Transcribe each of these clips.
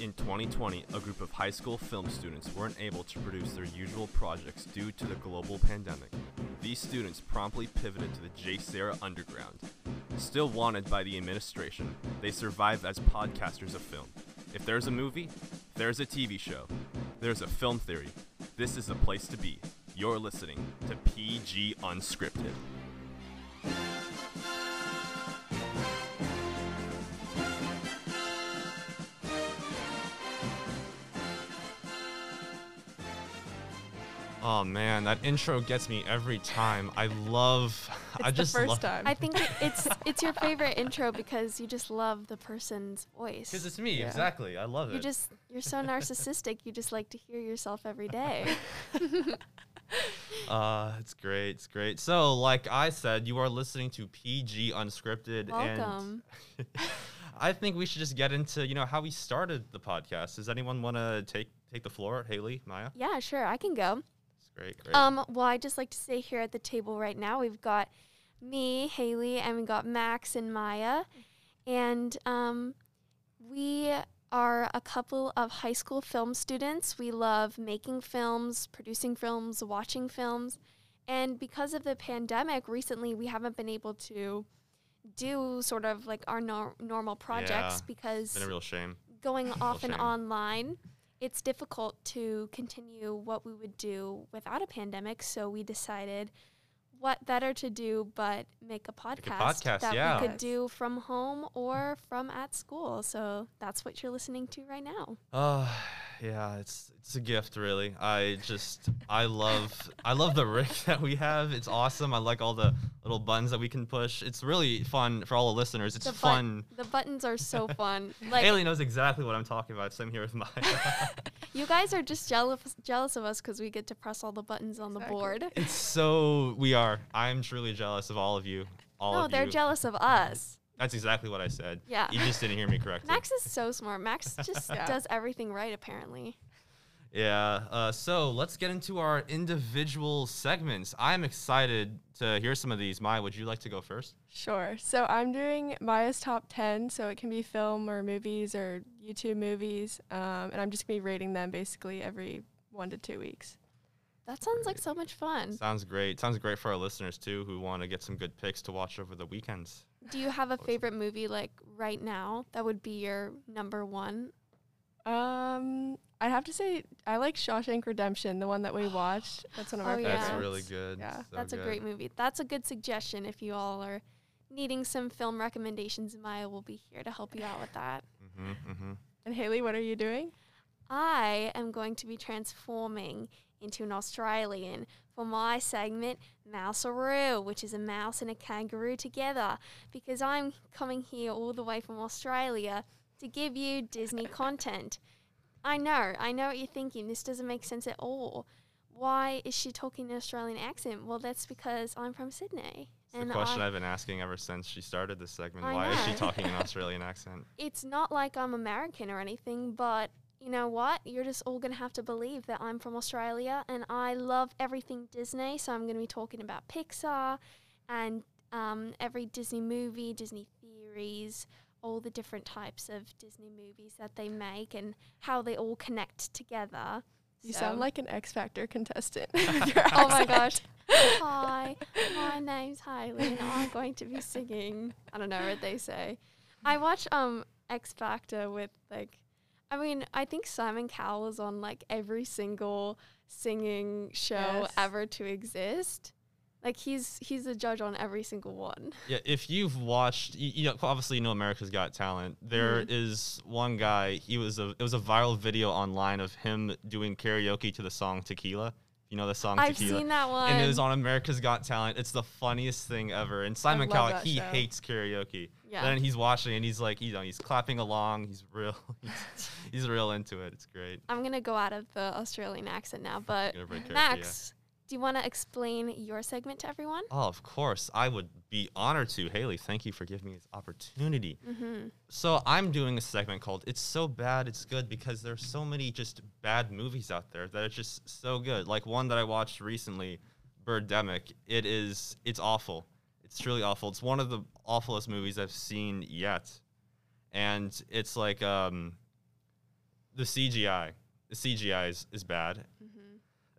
In 2020, a group of high school film students weren't able to produce their usual projects due to the global pandemic. These students promptly pivoted to the J. Sarah Underground. Still wanted by the administration, they survived as podcasters of film. If there's a movie, there's a TV show, there's a film theory. This is the place to be. You're listening to PG Unscripted. Oh man, that intro gets me every time. I love. I It's just the first love, time. I think it, it's it's your favorite intro because you just love the person's voice. Because it's me, Yeah. exactly. I love it. you just you're so narcissistic. You just like to hear yourself every day. Uh, it's great. It's great. So, like I said, you are listening to PG Unscripted. Welcome. And I think we should just get into, you know, how we started the podcast. Does anyone want to take take the floor? Haley, Maya? yeah, sure, I can go. It's great. Great. Um, well, I just like to say here at the table right now we've got me, Haley, and we got Max and Maya, and um, we are a couple of high school film students. We love making films, producing films, watching films, and because of the pandemic, recently we haven't been able to do sort of like our nor- normal projects Yeah. because it's been a real shame. going off and shame. online, it's difficult to continue what we would do without a pandemic. So we decided what better to do but make a podcast, podcast, that yeah. we could Yes. do from home or from at school. So that's what you're listening to right now. Uh, yeah, it's it's a gift, really. I just I love I love the rig that we have. It's awesome. I like all the little buttons that we can push. It's really fun for all the listeners. It's The fun. button- the buttons are so fun. Like Haley knows exactly what I'm talking about. Same here with Maya. you guys are just jealous jealous of us because we get to press all the buttons on the Exactly. board. It's so we are. I'm truly jealous of all of you. All no, of they're you. jealous of us. That's exactly what I said. Yeah. You just didn't hear me correctly. Max is so smart. Max just Yeah. does everything right apparently. Yeah. Uh, so let's get into our individual segments. I'm excited to hear some of these. Maya, would you like to go first? Sure. So I'm doing Maya's top 10, so it can be film or movies or YouTube movies. Um, and I'm just going to be rating them basically every one to two weeks. That sounds like so much fun. Sounds great. Sounds great for our listeners too, who want to get some good picks to watch over the weekends. Do you have a Awesome. favorite movie like right now that would be your number one? Um, I have to say, I like Shawshank Redemption, the one that we watched. That's one of our Oh, favorites. yeah. That's really good. Yeah. So That's a good. great movie. That's a good suggestion if you all are needing some film recommendations. Maya will be here to help you out with that. Mhm, mhm. And Haley, what are you doing? I am going to be transforming into an Australian for my segment Mouseroo, which is a mouse and a kangaroo together, because I'm coming here all the way from Australia to give you Disney content. I know, I know what you're thinking. This doesn't make sense at all. Why is she talking an Australian accent? Well, that's because I'm from Sydney. It's the question I- I've been asking ever since she started this segment. uh, I Why is she know. talking an Australian accent? it's not like I'm American or anything, but you know what? You're just all going to have to believe that I'm from Australia and I love everything Disney. So I'm going to be talking about Pixar and um, every Disney movie, Disney theories, all the different types of Disney movies that they make and how they all connect together. You So- sound like an X Factor contestant. with your Oh my accent. gosh. Hi, my name's Hailey and I'm going to be singing. I don't know what they say. I watch um X Factor with like I mean, I think Simon Cowell is on like every single singing show Yes. ever to exist. Like he's he's a judge on every single one. Yeah, if you've watched, you, you know, obviously you know America's Got Talent. There Mm-hmm. is one guy. He was a it was a viral video online of him doing karaoke to the song Tequila. You know the song I've Tequila. seen that one. and it was on America's Got Talent. It's the funniest thing ever. And Simon love Cowell, that he show. hates karaoke. Yeah. Then he's watching and he's like, you know, he's clapping along. He's real. He's, he's real into it. It's great. I'm gonna go out of the Australian accent now, but Gonna break character, yeah. Max, do you wanna explain your segment to everyone? Oh, of course. I would be honored to. Haley, thank you for giving me this opportunity. Mm-hmm. So I'm doing a segment called "It's So Bad It's Good" because there's so many just bad movies out there that are just so good. Like one that I watched recently, Birdemic. It is it's awful. It's truly awful. It's one of the awfulest movies I've seen yet, and it's like um, the CGI, the CGI is, is bad.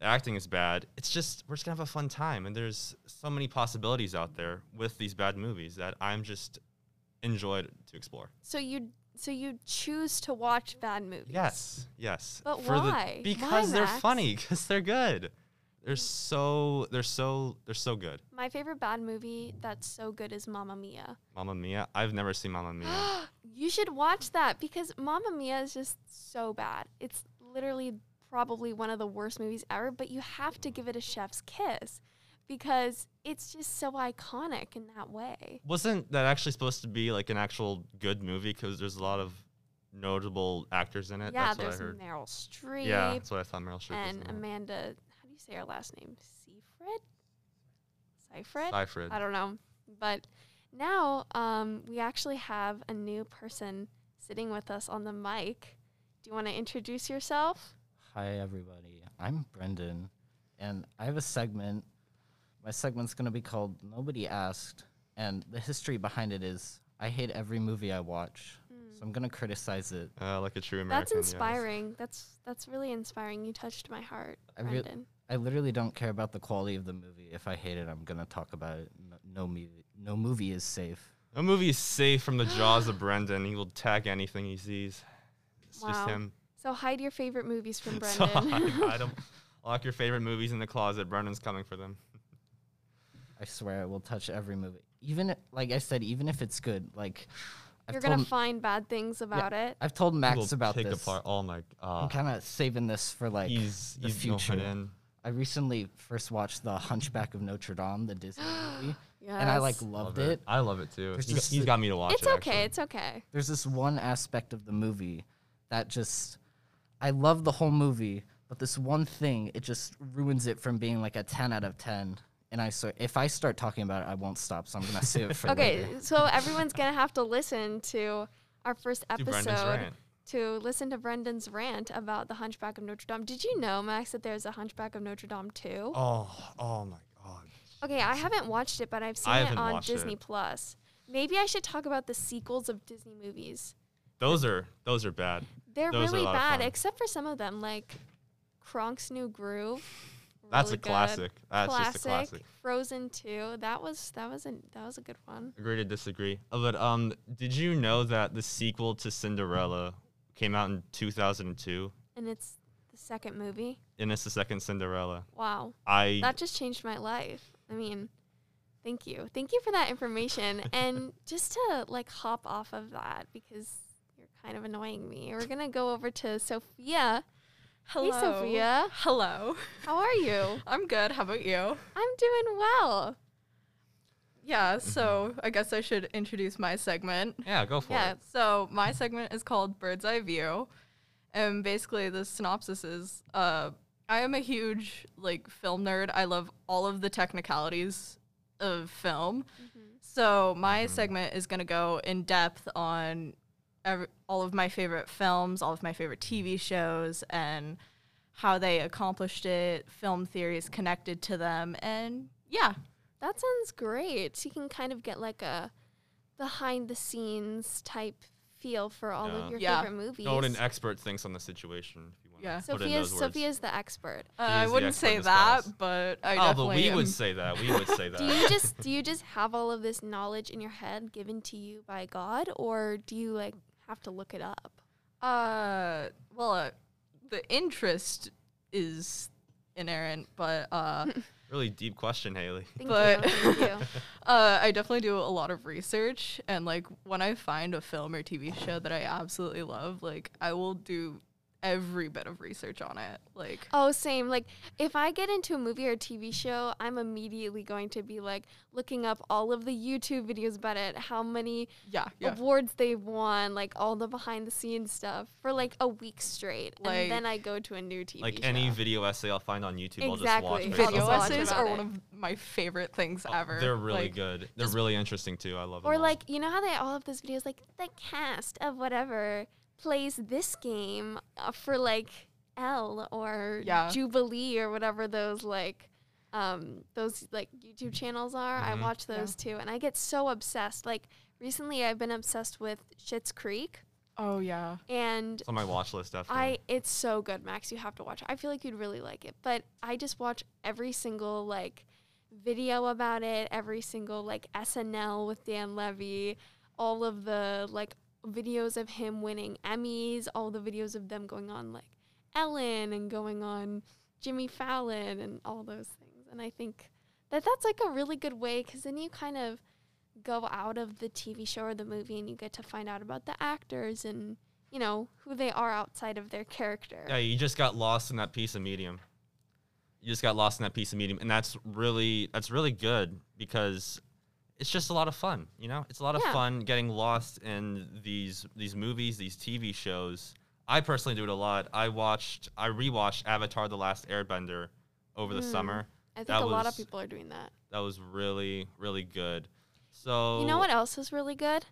The acting is bad. It's just we're just gonna have a fun time, and there's so many possibilities out there with these bad movies that I'm just enjoyed to explore. So you so you choose to watch bad movies. Yes, yes. But the- why? Why, because they're Max? funny. Because they're good. They're so they're so they're so good. My favorite bad movie that's so good is Mamma Mia. Mamma Mia. I've never seen Mamma Mia. You should watch that because Mamma Mia is just so bad. It's literally probably one of the worst movies ever, but you have to give it a chef's kiss because it's just so iconic in that way. Wasn't that actually supposed to be like an actual good movie? Because there's a lot of notable actors in it. yeah, that's what I there's heard. Meryl Streep Yeah, that's what I thought Meryl Streep was. and in it. Amanda. How do you say her last name? Seyfried? Seyfried? Seyfried. I don't know. But now um, we actually have a new person sitting with us on the mic. Do you want to introduce yourself? Hi, everybody. I'm Brendan, and I have a segment. My segment's going to be called Nobody Asked, and the history behind it is I hate every movie I watch, Hmm. so I'm going to criticize it. Uh, like a true American. that's yes. inspiring. That's that's really inspiring. You touched my heart, I rea- Brendan. I literally don't care about the quality of the movie. If I hate it, I'm going to talk about it. No, no, movie, no movie is safe. A movie is safe from the jaws of Brendan. He will tag anything he sees. It's Wow. just him. so hide your favorite movies from So Brendan. I, I don't lock your favorite movies in the closet. Brendan's coming for them. I swear I will touch every movie. Even, i- like I said, even if it's good, like, I've You're gonna told, find bad things about it. I've told He Max will about pick this. apart. Oh my I'm god. kind of saving this for, like, he's the he's going future. in. I recently first watched The Hunchback of Notre Dame, the Disney movie, Yes. and I like loved Love it. it. I love it too. There's He, just he's the- got me to watch It's it. okay. actually. It's okay. There's this one aspect of the movie that just I love the whole movie, but this one thing it just ruins it from being like a 10 out of 10. And I swear, if I start talking about it, I won't stop. So I'm gonna save it for Okay, later. so everyone's gonna have to listen to our first Do Brendan's episode rant. to listen to Brendan's rant about the Hunchback of Notre Dame. Did you know, Max, that there's a Hunchback of Notre Dame too? Oh, oh my god. Okay, I haven't watched it, but I've seen I it haven't on watched Disney it. Plus. Maybe I should talk about the sequels of Disney movies. Those are those are bad. They're Those are a really lot of bad, fun. except for some of them, like Kronk's New Groove. That's really a good. classic. That's just a classic. Frozen Two. That was that was a that was a good one. Agree to disagree. Uh, But um, did you know that the sequel to Cinderella came out in 2002, And it's the second movie. and it's the second Cinderella? Wow. I that just changed my life. I mean, thank you. Thank you for that information. and just to like hop off of that because you're kind of annoying me. We're going to go over to Sophia. Hello. Hey Sophia, Hello. how are you? I'm good. How about you? I'm doing well. Yeah, so I guess I should introduce my segment. yeah, go for Yeah. it. So, my segment is called Bird's Eye View. And basically, the synopsis is uh, I am a huge like film nerd. I love all of the technicalities of film. So, my Mm-hmm. segment is going to go in depth on ev- all of my favorite films, all of my favorite TV shows, and how they accomplished it, film theories connected to them, and yeah. That sounds great. So you can kind of get like a behind the scenes type feel for all Yeah. of your Yeah. favorite movies. Know what an expert thinks on the situation. If you want Yeah. to put in Sophia's, those words. Sophia's the expert. Uh, She I is the wouldn't expert in say this that, class. but I oh, but definitely we am- would say that. We would say that. do you just do you just have all of this knowledge in your head given to you by God, or do you like have to look it up? Uh, well, uh, the interest is inerrant, but uh, really deep question, Haley. Thank But- you, thank you. uh, I definitely do a lot of research, and like when I find a film or TV show that I absolutely love, like I will do every bit of research on it. Like, Oh, same. Like if I get into a movie or a TV show, I'm immediately going to be like looking up all of the YouTube videos about it, how many yeah, yeah. awards they've won, like all the behind the scenes stuff for like a week straight, Like- and then I go to a new TV Like show. any video essay I'll find on YouTube, I'll just watch. Exactly. based I'll Video just off watch of essays it. about are it. one of my favorite things Oh, ever. They're really Like, good. They're really interesting too. I love them. Or all. like you know how they all have those videos like the cast of whatever plays this game uh, for like L or Yeah. Jubilee or whatever those like um those like YouTube channels are. Mhm. I watch those too and I get so obsessed. Like recently I've been obsessed with Shits Creek. Oh yeah. and It's on my watch list definitely. I it's so good, Max. You have to watch. it. I feel like you'd really like it. But I just watch every single like video about it, every single like SNL with Dan Levy, all of the like videos of him winning Emmys, all the videos of them going on like Ellen and going on Jimmy Fallon and all those things. And I think that that's like a really good way cuz then you kind of go out of the TV show or the movie and you get to find out about the actors and you know who they are outside of their character. Yeah, you just got lost in that piece of medium. You just got lost in that piece of medium, and that's really that's really good because it's just a lot of fun. You know, it's a lot of Yeah. fun getting lost in these these movies, these TV shows. I personally do it a lot. I watched, I rewatched Avatar: The Last Airbender over the Mm. summer. I think that a lot of was- people are doing that. That was really really good. So You know what else is really good?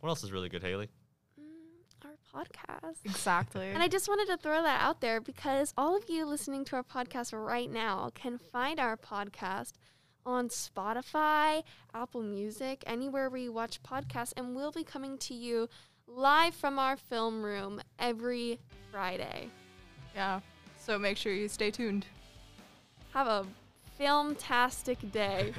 What else is really good, Haley? Mm, our podcast. Exactly. And I just wanted to throw that out there because all of you listening to our podcast right now can find our podcast on Spotify, Apple Music, anywhere where you watch podcasts, and we'll be coming to you live from our film room every Friday. yeah. So make sure you stay tuned. Have a filmtastic day.